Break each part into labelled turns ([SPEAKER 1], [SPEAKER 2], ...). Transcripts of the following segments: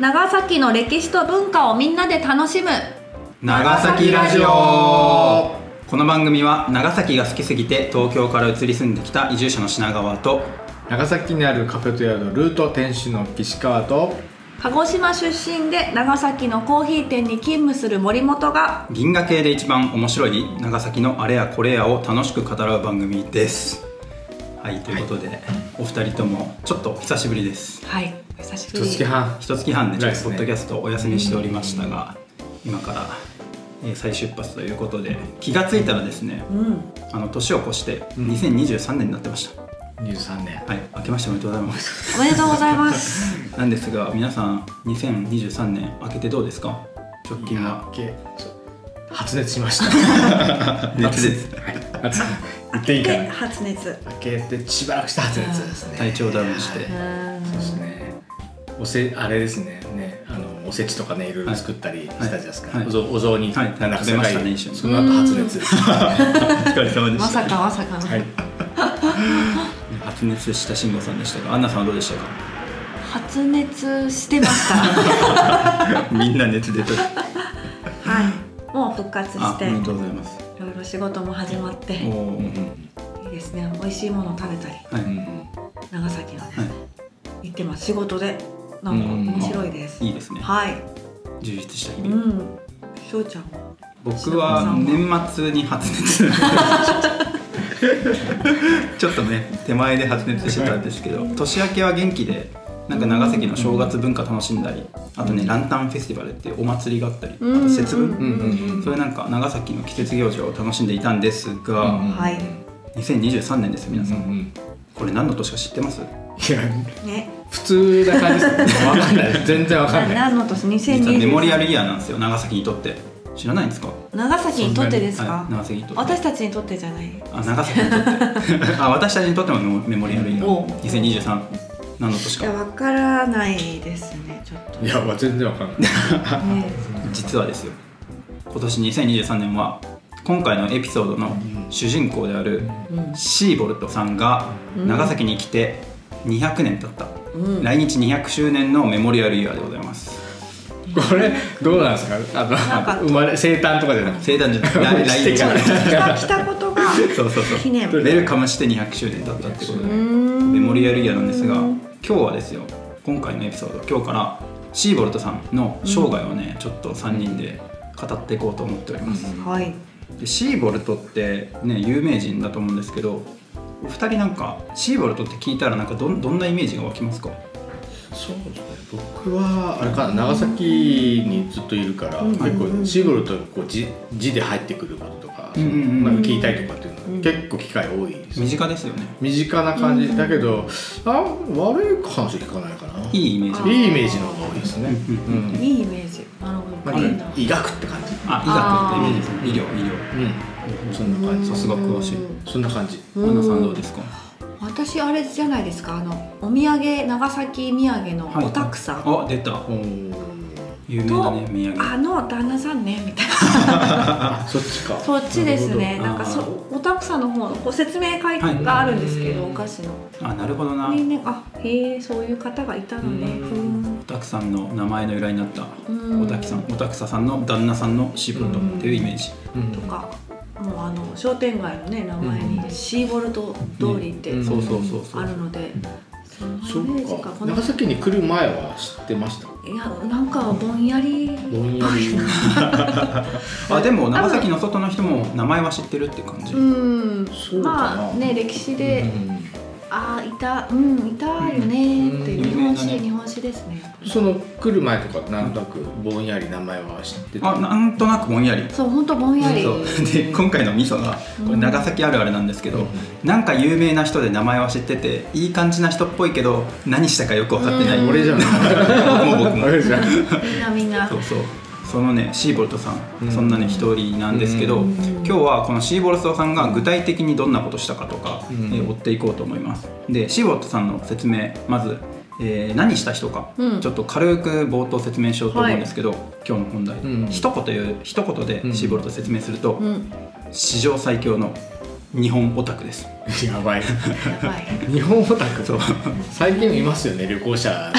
[SPEAKER 1] 長崎の歴史と文化をみんなで楽しむ
[SPEAKER 2] 長崎ラジオこの番組は長崎が好きすぎて東京から移り住んできた移住者の品川と
[SPEAKER 3] 長崎にあるカフェと宿ルート店主の岸川と
[SPEAKER 1] 鹿児島出身で長崎のコーヒー店に勤務する森本が
[SPEAKER 2] 銀河系で一番面白い長崎のあれやこれやを楽しく語らう番組ですはいということで、お二人ともちょっと久しぶりです
[SPEAKER 1] はいお久しぶ
[SPEAKER 3] 一
[SPEAKER 1] り
[SPEAKER 3] 月半
[SPEAKER 2] 一月半でちょっとポ
[SPEAKER 3] ぐ
[SPEAKER 2] ッ
[SPEAKER 3] ら
[SPEAKER 2] ド
[SPEAKER 3] いですね
[SPEAKER 2] キャストをお休みしておりましたが、今から、えー再出発ということで気がついたらですね
[SPEAKER 1] うん
[SPEAKER 2] あの年を越して2023年になってました、
[SPEAKER 3] 23年
[SPEAKER 2] はい明けましておめでとうございます
[SPEAKER 1] おめでとうございます
[SPEAKER 2] なんですが皆さん2023年明けてどうですか直近は
[SPEAKER 3] けちょ発熱しました
[SPEAKER 2] 熱です
[SPEAKER 3] 発熱言っていいか
[SPEAKER 1] で
[SPEAKER 3] な
[SPEAKER 1] 発熱
[SPEAKER 3] 明けてしばらくして発熱ですね
[SPEAKER 2] 体調ダウンして
[SPEAKER 1] うーん
[SPEAKER 3] そうですねおせあれですねねあのおせちとかねいろいろ作ったりしたじゃないですか、
[SPEAKER 2] はいはい
[SPEAKER 3] おぞお雑煮、
[SPEAKER 2] はい
[SPEAKER 3] なんだか
[SPEAKER 2] 食べましたね
[SPEAKER 3] 世界
[SPEAKER 2] 一緒に
[SPEAKER 3] その後発熱です、は
[SPEAKER 2] お疲れ様で
[SPEAKER 1] ま
[SPEAKER 2] した
[SPEAKER 1] さかまさかの、
[SPEAKER 3] い、
[SPEAKER 2] 発熱した慎吾さんでしたがアンナさんはどうでしたか
[SPEAKER 1] 発熱してました は
[SPEAKER 2] みんな熱出た
[SPEAKER 1] いもう復活
[SPEAKER 2] あ
[SPEAKER 1] し
[SPEAKER 2] お
[SPEAKER 1] てい
[SPEAKER 2] めでとうございます
[SPEAKER 1] ろいろ仕事も始まって
[SPEAKER 2] お
[SPEAKER 1] い
[SPEAKER 2] お、
[SPEAKER 1] いですね美味しいものを食べたり
[SPEAKER 2] は
[SPEAKER 3] うん
[SPEAKER 2] い、
[SPEAKER 1] 長崎のね、
[SPEAKER 2] は
[SPEAKER 1] 行ってます仕事でなんか面白いです、
[SPEAKER 2] いいですね
[SPEAKER 1] はい
[SPEAKER 2] 充実した日
[SPEAKER 1] う
[SPEAKER 2] 々、
[SPEAKER 1] ん翔ちゃんも
[SPEAKER 2] 僕は年末に発熱ちょっとね手前で発熱してたんですけど年明けは元気でなんか長崎の正月文化楽しんだりあとねランタンフェスティバルっていうお祭りがあったりあと節分、
[SPEAKER 3] んうん
[SPEAKER 2] それなんか長崎の季節行事を楽しんでいたんですが、
[SPEAKER 1] はい
[SPEAKER 2] 2023年ですよ皆さん、
[SPEAKER 3] うんうん
[SPEAKER 2] これ何の年か知ってます
[SPEAKER 3] いや
[SPEAKER 1] ね
[SPEAKER 3] 普通な感じですねわかんない全然わかんない
[SPEAKER 1] 何の年
[SPEAKER 2] 実は
[SPEAKER 1] 2020
[SPEAKER 2] メモリアルイヤーなんですよ長崎にとって知らないんですか
[SPEAKER 1] 長崎にとってですか
[SPEAKER 2] はい、長崎にとって
[SPEAKER 1] 私たちにとってじゃない
[SPEAKER 2] あ長崎にと ってあ私たちにとってもメモメモリアルイヤ
[SPEAKER 1] おう
[SPEAKER 2] ー2023何の年
[SPEAKER 1] いや
[SPEAKER 2] か
[SPEAKER 1] わからないですねちょっと
[SPEAKER 3] いやまあ全然わかんない
[SPEAKER 1] ね
[SPEAKER 2] 実はですよ今年2023年は今回のエピソードの主人公である
[SPEAKER 1] うん
[SPEAKER 2] シーボルトさんが
[SPEAKER 1] うん
[SPEAKER 2] 長崎に来て200年経った、
[SPEAKER 1] うん
[SPEAKER 2] 来日200周年のメモリアルイヤーでございます
[SPEAKER 3] これどうなんですか
[SPEAKER 1] な
[SPEAKER 3] あ
[SPEAKER 1] んか
[SPEAKER 3] の生まれ生誕とかじゃなくて
[SPEAKER 2] 生誕じゃ ない来
[SPEAKER 3] して
[SPEAKER 2] 来日
[SPEAKER 3] から
[SPEAKER 1] 来た来たことが
[SPEAKER 2] そうそうそう
[SPEAKER 1] 記念
[SPEAKER 2] ウェルカムして200周年だったってことでメ
[SPEAKER 1] メ
[SPEAKER 2] モリアルイヤーなんですが今日はですよ今回のエピソード今日からシーボルトさんの生涯をね、ちょっと3人で語っていこうと思っております、
[SPEAKER 1] はい
[SPEAKER 2] でシーボルトってね有名人だと思うんですけどお二人なんかシーボルトって聞いたらなんかどんどんなイメージが湧きますか
[SPEAKER 3] そうですね僕はあれかな長崎にずっといるから、
[SPEAKER 1] うん
[SPEAKER 3] 結構シーボルトこう字字で入ってくることとか,、
[SPEAKER 2] うんうんうん
[SPEAKER 3] なんか聞いたりとかっていうのは、
[SPEAKER 1] うん
[SPEAKER 3] 結構機会多いです、
[SPEAKER 2] 身近ですよね
[SPEAKER 3] 身近な感じだけど、あ悪い話聞かないかない
[SPEAKER 2] い
[SPEAKER 3] い
[SPEAKER 2] いイメージ
[SPEAKER 1] あ
[SPEAKER 3] イメージの方が多いですね、
[SPEAKER 2] うんうん
[SPEAKER 3] うん
[SPEAKER 1] いいイメージなるほどいいん
[SPEAKER 3] なん
[SPEAKER 1] だ
[SPEAKER 3] か医学って感じ
[SPEAKER 2] あ医学ってイメージですね医療医
[SPEAKER 3] うんそんな感じ
[SPEAKER 2] 療さすが詳しい
[SPEAKER 1] うん
[SPEAKER 3] そんな感じ
[SPEAKER 2] アンナさんどう
[SPEAKER 1] うん
[SPEAKER 2] ですか
[SPEAKER 1] 私あれじゃないですかあのお土産長崎土産のおたくさん、
[SPEAKER 2] あ出た
[SPEAKER 3] おー
[SPEAKER 2] 有名だね宮城
[SPEAKER 1] あの旦那さんねみたい
[SPEAKER 3] あそっちか
[SPEAKER 1] なそっちですね
[SPEAKER 2] な
[SPEAKER 1] なん
[SPEAKER 2] るほど
[SPEAKER 1] か
[SPEAKER 2] あ
[SPEAKER 1] そおたくさんの方のこう説明会
[SPEAKER 2] はい
[SPEAKER 1] があるんですけど、お菓子の
[SPEAKER 2] あなるほどな
[SPEAKER 1] これねあへえそういう方がいたのねふーん
[SPEAKER 2] おたくさんの名前の由来になった
[SPEAKER 1] うん
[SPEAKER 2] おたくさんおたくささんの旦那さんのシーボルトっていうイメージ
[SPEAKER 3] うん
[SPEAKER 1] とかもうあの商店街のね名前
[SPEAKER 3] う
[SPEAKER 1] に
[SPEAKER 3] ん
[SPEAKER 1] シーボルト通りって
[SPEAKER 3] うん
[SPEAKER 2] そうそうそうそう
[SPEAKER 1] あるので、その
[SPEAKER 3] そ
[SPEAKER 1] イメージ
[SPEAKER 3] う
[SPEAKER 1] か
[SPEAKER 3] か
[SPEAKER 1] この
[SPEAKER 3] 長崎に来る前は知ってました
[SPEAKER 1] いやなんかぼんやり
[SPEAKER 3] ぼんやり
[SPEAKER 2] あでも長崎の外の人も名前は知ってるって感じ
[SPEAKER 1] うん
[SPEAKER 3] そうかな
[SPEAKER 1] まあね歴史で、
[SPEAKER 3] う
[SPEAKER 1] ああいたうんいたよねーっていう
[SPEAKER 3] うん
[SPEAKER 1] 日本
[SPEAKER 2] 有名
[SPEAKER 1] 史
[SPEAKER 2] だね
[SPEAKER 1] 日本史ですね
[SPEAKER 3] んその来る前とかなんとなくぼんやり名前は知ってた
[SPEAKER 2] あなんとなくぼんやり
[SPEAKER 1] そう本当ぼんやり
[SPEAKER 2] そうで今回の味噌がこれ長崎あるあるなんですけど、
[SPEAKER 3] うん
[SPEAKER 2] なんか有名な人で名前は知ってていい感じな人っぽいけど何したかよく分かってない、
[SPEAKER 1] うん
[SPEAKER 3] 俺じゃん
[SPEAKER 2] もう僕も
[SPEAKER 3] 俺じゃん
[SPEAKER 1] みんなみんな
[SPEAKER 2] そうそうそのねシーボルトさん、
[SPEAKER 3] うん
[SPEAKER 2] そんなね一人なんですけど、
[SPEAKER 1] うん
[SPEAKER 2] 今日はこのシーボルトさんが具体的にどんなことしたかとか、
[SPEAKER 3] うん
[SPEAKER 2] えー追っていこうと思いますでシーボルトさんの説明まず、えー何した人か、
[SPEAKER 1] うん
[SPEAKER 2] ちょっと軽く冒頭説明しようと思うんですけど、今日の本題、
[SPEAKER 3] うん
[SPEAKER 2] 一言言う一言でシーボルト説明すると、
[SPEAKER 1] うん
[SPEAKER 2] 史上最強の日本オタクです
[SPEAKER 3] やばい
[SPEAKER 1] やばい
[SPEAKER 3] 日本オタク
[SPEAKER 2] そう
[SPEAKER 3] 最近いますよね旅行者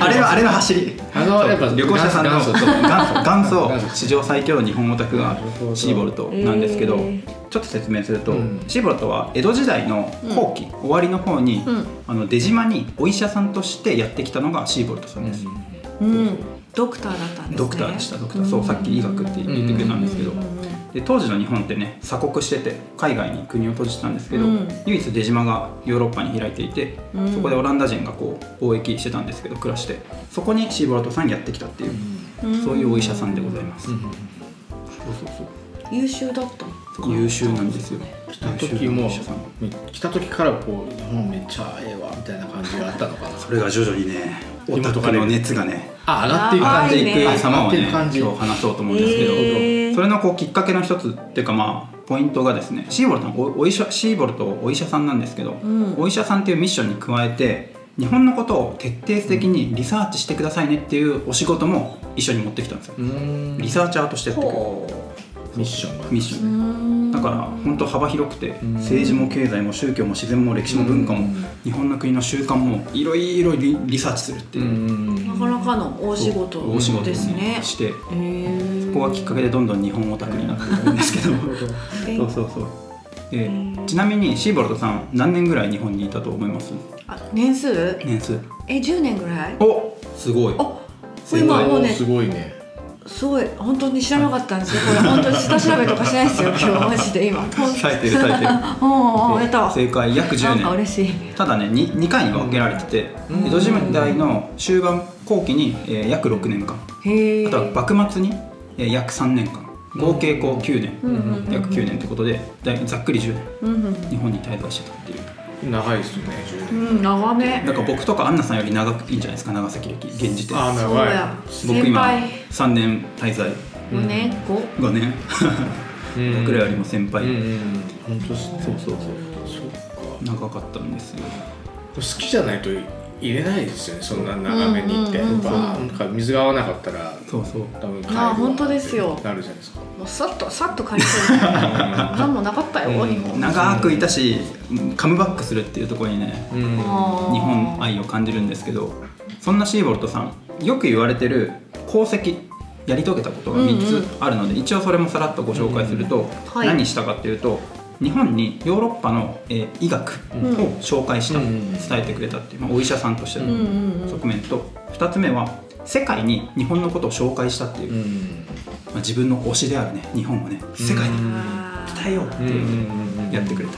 [SPEAKER 2] あれはあれの走り
[SPEAKER 3] あのやっぱ
[SPEAKER 2] 旅行者さんの
[SPEAKER 3] 元
[SPEAKER 2] 元祖
[SPEAKER 3] 祖
[SPEAKER 2] 元
[SPEAKER 3] 元
[SPEAKER 2] 祖
[SPEAKER 3] 祖
[SPEAKER 2] 史上最強の日本オタクが
[SPEAKER 3] なるほど
[SPEAKER 2] シーボルトなんですけど、
[SPEAKER 1] えー
[SPEAKER 2] ちょっと説明すると、
[SPEAKER 3] うん
[SPEAKER 2] シーボルトは江戸時代の後期、終わりの方に、
[SPEAKER 1] うん
[SPEAKER 2] あの出島にお医者さんとしてやってきたのがシーボルトさんです、
[SPEAKER 1] うんドクターだったんですね
[SPEAKER 2] ドクターでしたドクターそうさっき医学って言ってくれたんですけど、
[SPEAKER 1] うんうんうん
[SPEAKER 2] で当時の日本ってね鎖国してて海外に国を閉じてたんですけど、
[SPEAKER 1] うん
[SPEAKER 2] 唯一出島がヨーロッパに開いていて、
[SPEAKER 1] うん
[SPEAKER 2] そこでオランダ人がこう貿易してたんですけど暮らしてそこにシーボルトさんやってきたっていう、
[SPEAKER 1] うん
[SPEAKER 2] そういうお医者さんでございます、そうそう
[SPEAKER 1] 優秀だった
[SPEAKER 2] そう優秀なんですよ
[SPEAKER 3] 来た時
[SPEAKER 2] 優秀な
[SPEAKER 3] も
[SPEAKER 2] お医者さん
[SPEAKER 3] 来た時からこう日本めっちゃええわみたいな感じがあったのかな
[SPEAKER 2] それが徐々にねオ
[SPEAKER 3] 今
[SPEAKER 2] タ
[SPEAKER 3] と
[SPEAKER 2] ク
[SPEAKER 3] かで
[SPEAKER 2] の熱がね
[SPEAKER 3] あ上がってい
[SPEAKER 2] 上
[SPEAKER 3] く
[SPEAKER 2] が
[SPEAKER 3] 感
[SPEAKER 2] っ
[SPEAKER 3] じ
[SPEAKER 2] て
[SPEAKER 1] いいね
[SPEAKER 2] いく様を
[SPEAKER 3] 上がってい
[SPEAKER 2] ね
[SPEAKER 3] く
[SPEAKER 2] 今
[SPEAKER 3] 感
[SPEAKER 2] 日
[SPEAKER 3] じ
[SPEAKER 2] 話そうと思うんですけど、
[SPEAKER 1] へー
[SPEAKER 2] それのこうきっかけの一つっていうかまあポイントがですねシーボルトのおお医者シーボルトお医者さんなんですけど、
[SPEAKER 1] ん
[SPEAKER 2] お医者さんっていうミッションに加えて日本のことを徹底的にリサーチしてくださいねっていうお仕事も一緒に持ってきたんですよ、
[SPEAKER 3] うーん
[SPEAKER 2] リサーチャーとしてやっていく
[SPEAKER 3] ミッションが
[SPEAKER 2] ミッション
[SPEAKER 1] うん
[SPEAKER 2] だから本当幅広くて
[SPEAKER 3] ん
[SPEAKER 2] 政治も経済も宗教も自然も歴史も文化
[SPEAKER 3] う
[SPEAKER 2] も
[SPEAKER 3] ん
[SPEAKER 2] 日本の国の習慣もいろいろリリサーチするって
[SPEAKER 3] う
[SPEAKER 2] いう、
[SPEAKER 3] ん
[SPEAKER 1] なかなかの大仕
[SPEAKER 2] そう大仕
[SPEAKER 1] 事
[SPEAKER 2] 事
[SPEAKER 1] で
[SPEAKER 2] ですす
[SPEAKER 1] ね
[SPEAKER 2] ねして
[SPEAKER 1] へー
[SPEAKER 2] ここがきっかけでどんどん日本オタクになっていくんですけど そうそうそうでちなみにシーボルトさん何年ぐらい日本にいたと思います
[SPEAKER 1] あ年数
[SPEAKER 2] 年数
[SPEAKER 1] え10年ぐらい
[SPEAKER 2] おすごい
[SPEAKER 1] あこれ今もうね
[SPEAKER 3] すごいね
[SPEAKER 1] すごい本当に知らなかったんですよこれ本当に下調べとかしないです よ今日マジで今
[SPEAKER 2] 咲いてる咲いてる
[SPEAKER 1] おおやったわ
[SPEAKER 2] 正解約
[SPEAKER 1] な
[SPEAKER 2] 10
[SPEAKER 1] んか
[SPEAKER 2] 年
[SPEAKER 1] 嬉しい
[SPEAKER 2] ただね 2, 2回に分けられてて
[SPEAKER 3] うん
[SPEAKER 2] 江戸時代の終盤後期に、えー約6年間
[SPEAKER 1] へえ
[SPEAKER 2] あとは幕末に、えー約3年間合計こう9年、
[SPEAKER 1] うんうんうん
[SPEAKER 2] 約9年ってことでだいざっくり10年
[SPEAKER 1] うんうん
[SPEAKER 2] 日本に滞在してたっていう
[SPEAKER 3] 長いですね10
[SPEAKER 1] う
[SPEAKER 3] 年
[SPEAKER 1] ん長め
[SPEAKER 2] だから僕とかアンナさんより長くいいんじゃないですか長崎歴現時点
[SPEAKER 3] あ
[SPEAKER 1] そ
[SPEAKER 3] 長
[SPEAKER 1] う
[SPEAKER 3] い
[SPEAKER 1] や
[SPEAKER 2] 僕
[SPEAKER 1] 先
[SPEAKER 2] 今
[SPEAKER 1] 輩
[SPEAKER 2] 3年滞在
[SPEAKER 1] 5年5
[SPEAKER 2] 5年
[SPEAKER 3] うん
[SPEAKER 2] 僕らよりも先輩、
[SPEAKER 3] うんうん本当っすね
[SPEAKER 2] そうそうそう
[SPEAKER 3] そっか
[SPEAKER 2] 長かったんですよ
[SPEAKER 3] 好きじゃないと入れないですよねそんな長めにって、
[SPEAKER 1] うんうんうん
[SPEAKER 3] バーンなんか水が合わなかったら
[SPEAKER 2] そうそう
[SPEAKER 3] 多分帰る
[SPEAKER 1] あー本当ですよ
[SPEAKER 3] なるじゃないですか
[SPEAKER 1] もうさっとさっと借り てる何もなかったよ
[SPEAKER 3] うん
[SPEAKER 1] 日本
[SPEAKER 2] 長くいたしカムバックするっていうところにね
[SPEAKER 3] うん
[SPEAKER 2] 日本愛を感じるんですけどそんなシーボルトさんよく言われてる功績やり遂げたことが3
[SPEAKER 1] うんう
[SPEAKER 2] つ
[SPEAKER 1] ん
[SPEAKER 2] あるので、一応それもさらっとご紹介すると、
[SPEAKER 1] はい
[SPEAKER 2] 何したかっていうと日本にヨーロッパの、えー医学
[SPEAKER 1] うん
[SPEAKER 2] を紹介した、
[SPEAKER 3] うんうん
[SPEAKER 2] 伝えてくれたっていう、まあ、お医者さんとしての
[SPEAKER 1] うんうんうん
[SPEAKER 2] 側面と2つ目は世界に日本のことを紹介したっていう、
[SPEAKER 3] う
[SPEAKER 2] ま
[SPEAKER 3] ん
[SPEAKER 2] あ、自分の推しであるね日本をね世界に
[SPEAKER 1] あー
[SPEAKER 2] 伝えようって
[SPEAKER 3] うんう
[SPEAKER 2] いうん
[SPEAKER 3] うんうん
[SPEAKER 2] やってくれた、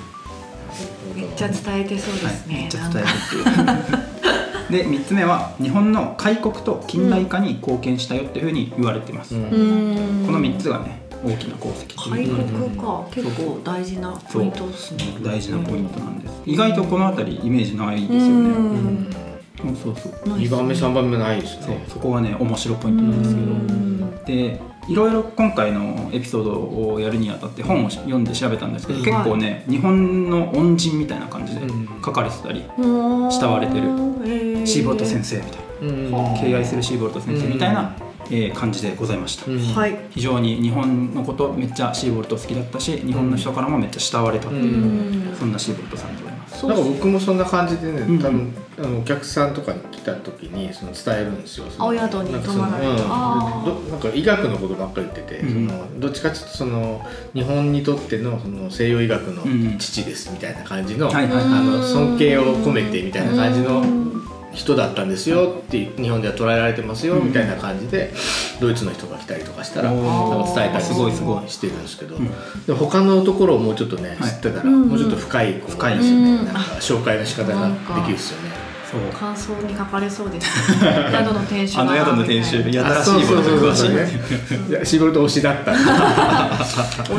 [SPEAKER 1] めっちゃ伝えてそうで
[SPEAKER 2] はい
[SPEAKER 1] す、
[SPEAKER 2] め
[SPEAKER 1] ね
[SPEAKER 2] っち
[SPEAKER 1] な
[SPEAKER 2] ゃ
[SPEAKER 1] んか
[SPEAKER 2] 伝えるって いうで3つ目は日本の開国と近代化に貢献したよっていうふうに言われてます、
[SPEAKER 3] うん
[SPEAKER 1] うーん
[SPEAKER 2] この3つがね大きな功績って
[SPEAKER 1] 開
[SPEAKER 2] いう
[SPEAKER 1] 国か結構大事なポイントですね
[SPEAKER 2] 大事なポイントなんです意外とこの辺りイメージないですよ
[SPEAKER 1] う
[SPEAKER 2] ね
[SPEAKER 1] ん
[SPEAKER 2] うんそうそう
[SPEAKER 1] ない
[SPEAKER 3] 2番目3番目ないです
[SPEAKER 2] そう
[SPEAKER 3] ね
[SPEAKER 2] そこがね面白いポイントなんですけど、
[SPEAKER 1] うん
[SPEAKER 2] でいろいろ今回のエピソードをやるにあたって本を読んで調べたんですけど、
[SPEAKER 3] うん
[SPEAKER 2] 結構ね日本の恩人みたいな感じで
[SPEAKER 3] うん
[SPEAKER 2] 書かれてたり、
[SPEAKER 1] うん
[SPEAKER 2] 慕われて
[SPEAKER 1] へ
[SPEAKER 2] る
[SPEAKER 1] ー
[SPEAKER 2] シーボルト先生みたい
[SPEAKER 3] うん
[SPEAKER 2] な、敬愛するシーボルト先生みたいな、えー感じでございました、
[SPEAKER 3] うん
[SPEAKER 1] はい
[SPEAKER 2] 非常に日本のことめっちゃシーボルト好きだったし日本の人からもめっちゃ慕われた、
[SPEAKER 3] う
[SPEAKER 1] うんん
[SPEAKER 2] そんなシーボルトさんでございます
[SPEAKER 1] そう
[SPEAKER 3] なんか
[SPEAKER 1] ですね
[SPEAKER 3] 僕もそんな感じで
[SPEAKER 2] うん
[SPEAKER 3] ね、多分あのお客さんとかに来た時にその伝えるんですよ。その
[SPEAKER 1] お宿に泊まられ
[SPEAKER 3] なん
[SPEAKER 1] た
[SPEAKER 3] かそ
[SPEAKER 1] あ
[SPEAKER 3] のうんどなんか医学のことばっかり言ってて、
[SPEAKER 2] うん
[SPEAKER 3] そのどっちかちょっとその日本にとってのその西洋医学の
[SPEAKER 2] うん
[SPEAKER 3] 父ですみたいな感じの、
[SPEAKER 2] はいはい
[SPEAKER 3] あの尊敬を込めてみたいな感じの
[SPEAKER 1] うん
[SPEAKER 3] 人だったんですよって日本では捉えられてますよ
[SPEAKER 2] うん
[SPEAKER 3] みたいな感じでドイツの人が来たりとかしたら
[SPEAKER 2] お
[SPEAKER 1] ー
[SPEAKER 3] なんか伝えたり
[SPEAKER 1] す
[SPEAKER 2] ごいすごい
[SPEAKER 3] してるんですけど、
[SPEAKER 2] うん
[SPEAKER 3] でも他のところをもうちょっとね、
[SPEAKER 2] はい
[SPEAKER 3] 知ってたら
[SPEAKER 1] うんうん
[SPEAKER 3] もうちょっと深いこう
[SPEAKER 2] 深い
[SPEAKER 1] ですよねうん
[SPEAKER 3] なんか紹介の仕方ができるですよね。
[SPEAKER 2] そう
[SPEAKER 1] 感想に書かれそうですね宿の店主
[SPEAKER 2] あの宿の店主やたらシーボルト詳しい
[SPEAKER 3] ね。いやシーボルト推しだった。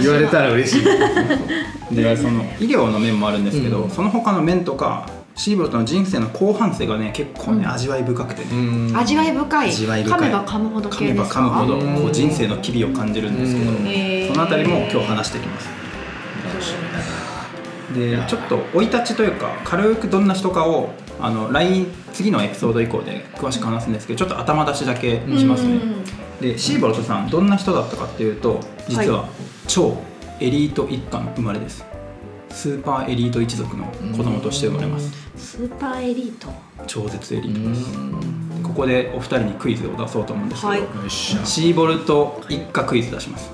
[SPEAKER 3] 言われたら嬉しい。
[SPEAKER 2] でその医療の面もあるんですけど、
[SPEAKER 3] うん
[SPEAKER 2] その他の面とかシーボルトの人生の後半生がね結構ね、
[SPEAKER 1] うん
[SPEAKER 2] 味わい深くてね、
[SPEAKER 1] 味わい深い
[SPEAKER 2] 味わい深い
[SPEAKER 1] 噛めば噛むほど
[SPEAKER 2] 噛
[SPEAKER 1] 系
[SPEAKER 2] め
[SPEAKER 1] で
[SPEAKER 2] ば
[SPEAKER 1] す
[SPEAKER 2] 噛むほ
[SPEAKER 1] か
[SPEAKER 2] ど
[SPEAKER 3] うん
[SPEAKER 2] こう人生の機微を感じるんですけど、
[SPEAKER 3] うん
[SPEAKER 1] へー
[SPEAKER 2] そのあたりも今日話していきます
[SPEAKER 3] 楽しみだな。
[SPEAKER 2] でちょっと生い立ちというか軽くどんな人かをあの LINE 次のエピソード以降で詳しく話すんですけどちょっと頭出しだけしますね、
[SPEAKER 1] うん
[SPEAKER 2] でシーボルトさんどんな人だったかっていうと実は超エリート一家の生まれです、スーパーエリート一族の子供として生まれます
[SPEAKER 1] スーパーエリート
[SPEAKER 2] 超絶エリートですここでお二人にクイズを出そうと思うんですけど、
[SPEAKER 1] はい
[SPEAKER 3] よっしゃ
[SPEAKER 2] シーボルト一家クイズ出します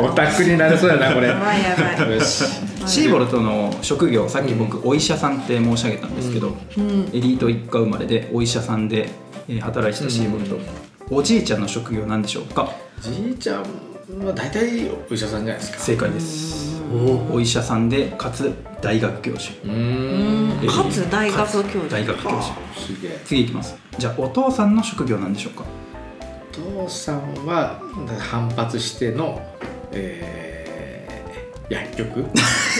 [SPEAKER 3] オタクになりそうやなこれ
[SPEAKER 1] やばいやばい、
[SPEAKER 3] よし
[SPEAKER 2] シーボルトの職業さっき僕お医者さんって申し上げたんですけど、
[SPEAKER 1] うん、
[SPEAKER 2] エリート一家生まれでお医者さんでえー働いてたシーボルト、
[SPEAKER 3] うん
[SPEAKER 2] おじいちゃんの職業なんでしょうか
[SPEAKER 3] じいちゃんは大体お医者さんじゃないですか
[SPEAKER 2] 正解です
[SPEAKER 3] お
[SPEAKER 2] お医者さんでかつ大学教授
[SPEAKER 3] う
[SPEAKER 1] うん
[SPEAKER 3] ん
[SPEAKER 1] かつ大学教授
[SPEAKER 2] 大学教授
[SPEAKER 3] すげえ
[SPEAKER 2] 次いきますじゃあお父さんの職業なんでしょうか
[SPEAKER 3] お父さんは反発してのえー薬局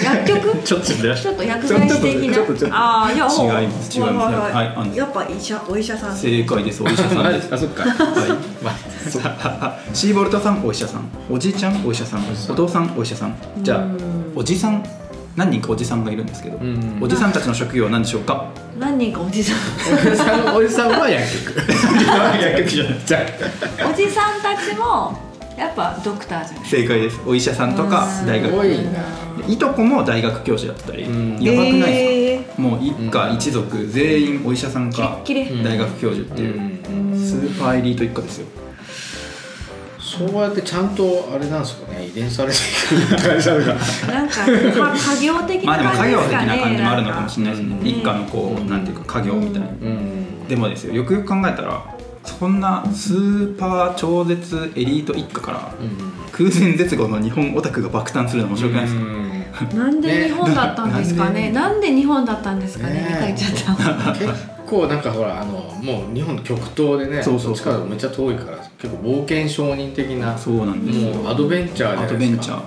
[SPEAKER 1] 薬局
[SPEAKER 3] ちょっとね
[SPEAKER 1] ちょっと薬剤師的な
[SPEAKER 3] ちょっとちょっと
[SPEAKER 1] ああいやもう
[SPEAKER 2] 違います違います
[SPEAKER 1] はいはい
[SPEAKER 2] はいあの
[SPEAKER 1] やっぱ医者お医者さん
[SPEAKER 2] 正解ですお医者さんです
[SPEAKER 3] あそっか
[SPEAKER 2] はい
[SPEAKER 3] まあそっか
[SPEAKER 2] シーボルトさんお医者さんおじいちゃんお医者さんお父さんお医者さんじゃあ
[SPEAKER 1] うん
[SPEAKER 2] おじさん何人かおじさんがいるんですけど
[SPEAKER 3] うん
[SPEAKER 2] おじさんたちの職業は何でしょうか
[SPEAKER 1] 何人かおじさん
[SPEAKER 3] おじさんおじさんは薬 局おじさんは薬局じゃないじゃ
[SPEAKER 1] おじさんたちもやっぱドクターじゃない
[SPEAKER 2] 正解ですお医者さんとか
[SPEAKER 1] うん
[SPEAKER 2] 大
[SPEAKER 3] す
[SPEAKER 2] 学
[SPEAKER 3] ごいな
[SPEAKER 2] でいとこも大学教授だったりや
[SPEAKER 3] う
[SPEAKER 2] ばく
[SPEAKER 3] ん
[SPEAKER 2] ないです
[SPEAKER 1] え
[SPEAKER 2] かもう一家一族全員お医者さんか
[SPEAKER 1] ー、きれい
[SPEAKER 3] うん
[SPEAKER 2] 大学教授っていううんスーパーエリート一家ですよ
[SPEAKER 3] そうやってちゃんとあれなんですかね遺伝されていく感じなのか
[SPEAKER 1] なんかか家業的
[SPEAKER 2] ま
[SPEAKER 1] な
[SPEAKER 2] あでも
[SPEAKER 1] 感
[SPEAKER 2] 家
[SPEAKER 1] じで
[SPEAKER 2] 業
[SPEAKER 1] す
[SPEAKER 2] 的
[SPEAKER 1] かね
[SPEAKER 2] な感じもあるのかもしれないです
[SPEAKER 3] う
[SPEAKER 2] ね
[SPEAKER 3] ん
[SPEAKER 2] 一家のこうなんていうか家業みたいな
[SPEAKER 3] うん
[SPEAKER 2] でもですよよくよく考えたらそんなスーパー超絶エリート一家から空前絶後の日本オタクが爆誕するの面白くないですか、
[SPEAKER 3] か
[SPEAKER 1] なんで日本だったんですかね
[SPEAKER 2] ね
[SPEAKER 1] なんで日本だったんですかね
[SPEAKER 3] ね
[SPEAKER 1] 見たいちゃった
[SPEAKER 3] 結構なんかほらあのもう日本の極東でね
[SPEAKER 2] そうそうそう
[SPEAKER 3] っちからめっちゃ遠いから結構冒険商人的なも
[SPEAKER 2] そうなんですよ
[SPEAKER 3] うアドベンチャーじゃ
[SPEAKER 2] ア
[SPEAKER 3] な
[SPEAKER 2] ド
[SPEAKER 3] い
[SPEAKER 2] ベ
[SPEAKER 3] で
[SPEAKER 2] ン
[SPEAKER 3] す
[SPEAKER 2] チ
[SPEAKER 3] か
[SPEAKER 2] ャー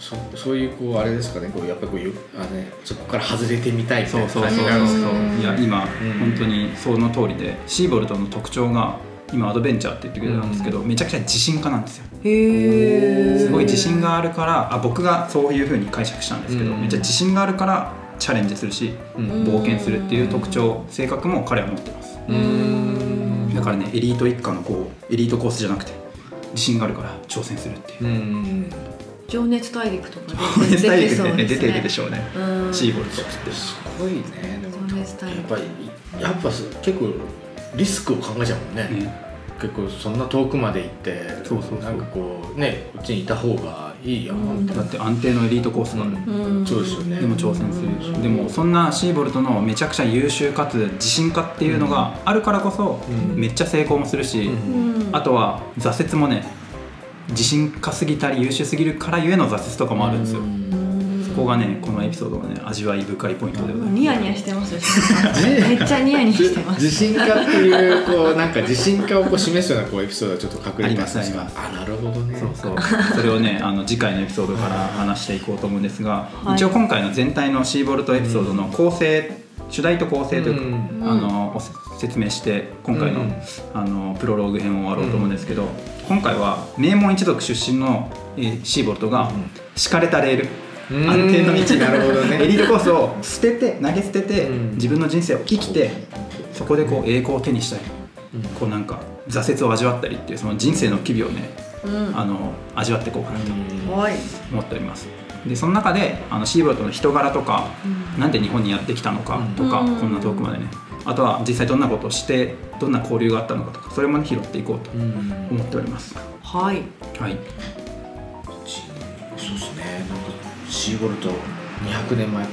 [SPEAKER 3] そそういうこうあれですかねこうやっぱりこうゆあの、ね、そこから外れてみたいみたい
[SPEAKER 2] そう
[SPEAKER 3] な
[SPEAKER 2] そう
[SPEAKER 3] 感
[SPEAKER 2] そ
[SPEAKER 3] じ
[SPEAKER 2] う
[SPEAKER 3] があるんですか
[SPEAKER 1] そう
[SPEAKER 2] いや今
[SPEAKER 3] うん
[SPEAKER 2] 本当にその通りでシーボルトの特徴が今アドベンチャーって言ってくれたんですけどめちゃくちゃ自信家なんですよ
[SPEAKER 1] へえ
[SPEAKER 2] すごい自信があるからあ僕がそういうふうに解釈したんですけど
[SPEAKER 3] うん
[SPEAKER 2] めっちゃ自信があるからチャレンジするし
[SPEAKER 3] うん
[SPEAKER 2] 冒険するっていう特徴性格も彼は持ってます
[SPEAKER 3] うーん
[SPEAKER 2] だからねエリート一家のこうエリートコースじゃなくて自信があるから挑戦するっていう
[SPEAKER 3] う。ん
[SPEAKER 1] 情熱大陸とか
[SPEAKER 2] 情熱大陸でね出
[SPEAKER 1] 出
[SPEAKER 2] て
[SPEAKER 1] て
[SPEAKER 2] る
[SPEAKER 1] る
[SPEAKER 2] で
[SPEAKER 1] でし
[SPEAKER 2] しょうね。
[SPEAKER 1] ょうん
[SPEAKER 2] シーボルトって。
[SPEAKER 3] すごいねでも
[SPEAKER 1] 情
[SPEAKER 3] や
[SPEAKER 1] 熱大陸
[SPEAKER 3] っぱりやっぱす結構リスクを考えちゃうもんね
[SPEAKER 2] ね
[SPEAKER 3] 結構そんな遠くまで行って
[SPEAKER 2] そうそうそう
[SPEAKER 3] なんかこうねうちにいた方がいいやん、
[SPEAKER 1] うん
[SPEAKER 2] だって安定のエリートコースがある。
[SPEAKER 1] うん
[SPEAKER 3] そうですよね
[SPEAKER 2] でも挑戦す
[SPEAKER 1] う
[SPEAKER 2] る
[SPEAKER 1] ん
[SPEAKER 2] でもそんなシーボルトのめちゃくちゃ優秀かつ自信家っていうのがあるからこそ
[SPEAKER 3] うん
[SPEAKER 2] めっちゃ成功もするし
[SPEAKER 3] うん
[SPEAKER 1] うん
[SPEAKER 2] あとは挫折もね自信家すぎたり優秀すぎるからゆえの挫折とかもあるんですよ
[SPEAKER 1] うん
[SPEAKER 2] そこがねこのエピソードのね味わい深いポイントでございます
[SPEAKER 1] ニヤニヤしてますよ島さんめっちゃニヤニヤして ます
[SPEAKER 3] 自信家っていうこうなんか自信家をこう示すようなこうエピソードがちょっと隠れて
[SPEAKER 2] あります
[SPEAKER 3] あなるほどね
[SPEAKER 2] そうそうそれをねあの次回のエピソードから話していこうと思うんですが、
[SPEAKER 1] はい
[SPEAKER 2] 一応今回の全体のシーボルトエピソードの構成、主題と構成というか、
[SPEAKER 3] うん
[SPEAKER 2] あのおせ説明して今回の,、
[SPEAKER 3] うん
[SPEAKER 2] あのプロローグ編を終わろうと思うんですけど、今回は名門一族出身の、えーシーボルトが
[SPEAKER 3] うん
[SPEAKER 2] 敷かれたレール、
[SPEAKER 3] うん
[SPEAKER 2] 安定の道
[SPEAKER 3] なるほど
[SPEAKER 2] エリ
[SPEAKER 3] ね
[SPEAKER 2] ートコースを捨てて投げ捨てて、
[SPEAKER 3] うん
[SPEAKER 2] 自分の人生を生きてそこでこう栄光を手にしたり
[SPEAKER 3] うん
[SPEAKER 2] こうなんか挫折を味わったりっていうその人生の機微をね
[SPEAKER 1] うん
[SPEAKER 2] あの味わっていこうかなと
[SPEAKER 1] はい
[SPEAKER 2] 思っておりますでその中であのシーボルトの人柄とか、
[SPEAKER 1] うん
[SPEAKER 2] なんで日本にやってきたのかとか、
[SPEAKER 1] うん
[SPEAKER 2] こんな遠くまでねあとは実際どんなことをしてどんな交流があったのかとかそれもね拾っていこうと
[SPEAKER 3] うん
[SPEAKER 2] 思っております、
[SPEAKER 1] はい
[SPEAKER 2] はい
[SPEAKER 3] そうですねなんかシーボルト200年前か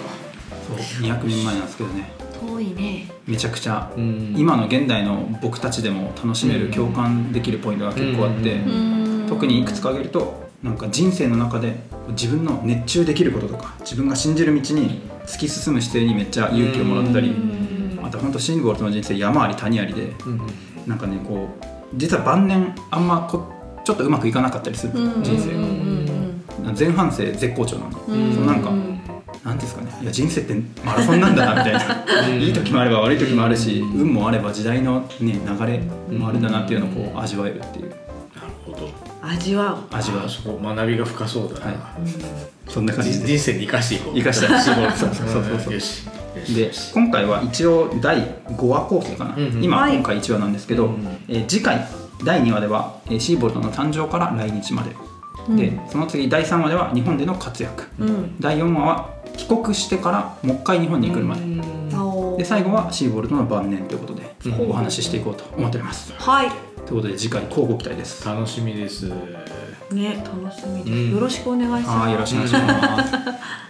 [SPEAKER 2] そう200年前なんですけどね
[SPEAKER 1] 遠いね
[SPEAKER 2] めちゃくちゃ
[SPEAKER 3] うん
[SPEAKER 2] 今の現代の僕たちでも楽しめ
[SPEAKER 3] う
[SPEAKER 2] る
[SPEAKER 3] ん
[SPEAKER 2] 共感できるポイントが結構あって、
[SPEAKER 3] うん
[SPEAKER 2] 特にいくつか挙げるとなんか人生の中で自分の熱中できることとか自分が信じる道に突き進む姿勢にめっちゃ勇気をもらった
[SPEAKER 1] う
[SPEAKER 2] り、
[SPEAKER 1] ん
[SPEAKER 2] あと本当シンボルとの人生山あり谷ありで
[SPEAKER 3] うん
[SPEAKER 2] なんかねこう実は晩年あんまこちょっとうまくいかなかったりする、
[SPEAKER 1] うん
[SPEAKER 2] 人
[SPEAKER 1] う
[SPEAKER 2] 生
[SPEAKER 1] ん
[SPEAKER 2] 前半生絶好調なの、
[SPEAKER 1] うん
[SPEAKER 2] そのなんかなんですかねいや人生ってマラソンなんだなみたいないい時もあれば悪い時もあるし、
[SPEAKER 3] うん
[SPEAKER 2] 運もあれば時代の、ね、流れもあれだなっていうのをこう味わえるっていう
[SPEAKER 3] なるほど
[SPEAKER 1] 味わ
[SPEAKER 2] 味わ
[SPEAKER 3] あ
[SPEAKER 2] う
[SPEAKER 3] そこ学びが深そうだな、
[SPEAKER 2] はいそんな感じ
[SPEAKER 3] 人
[SPEAKER 2] で
[SPEAKER 3] 人生に生かしていこう
[SPEAKER 2] 生かしたい
[SPEAKER 3] シーボルト
[SPEAKER 2] そうそうそうそうん
[SPEAKER 3] よしよし
[SPEAKER 2] で今回は一応第5話構成かな、
[SPEAKER 3] うんうん
[SPEAKER 2] 今
[SPEAKER 1] はい
[SPEAKER 2] 今回1話なんですけど、
[SPEAKER 3] うん
[SPEAKER 2] えー次回第2話では、えーシーボルトの誕生から来日までで
[SPEAKER 1] うん
[SPEAKER 2] その次第3話では日本での活躍
[SPEAKER 1] うん
[SPEAKER 2] 第4話は帰国してからもう一回日本に来るまで、
[SPEAKER 1] おー
[SPEAKER 2] で最後はシーボルトの晩年ということで
[SPEAKER 3] うん
[SPEAKER 2] お話ししていこうと思っております、
[SPEAKER 1] はい
[SPEAKER 2] ということで次回乞うご期待です
[SPEAKER 3] 楽しみです。
[SPEAKER 1] ね楽しみです、
[SPEAKER 3] うん
[SPEAKER 1] よろしくお願いします
[SPEAKER 2] はいよろしくお願いします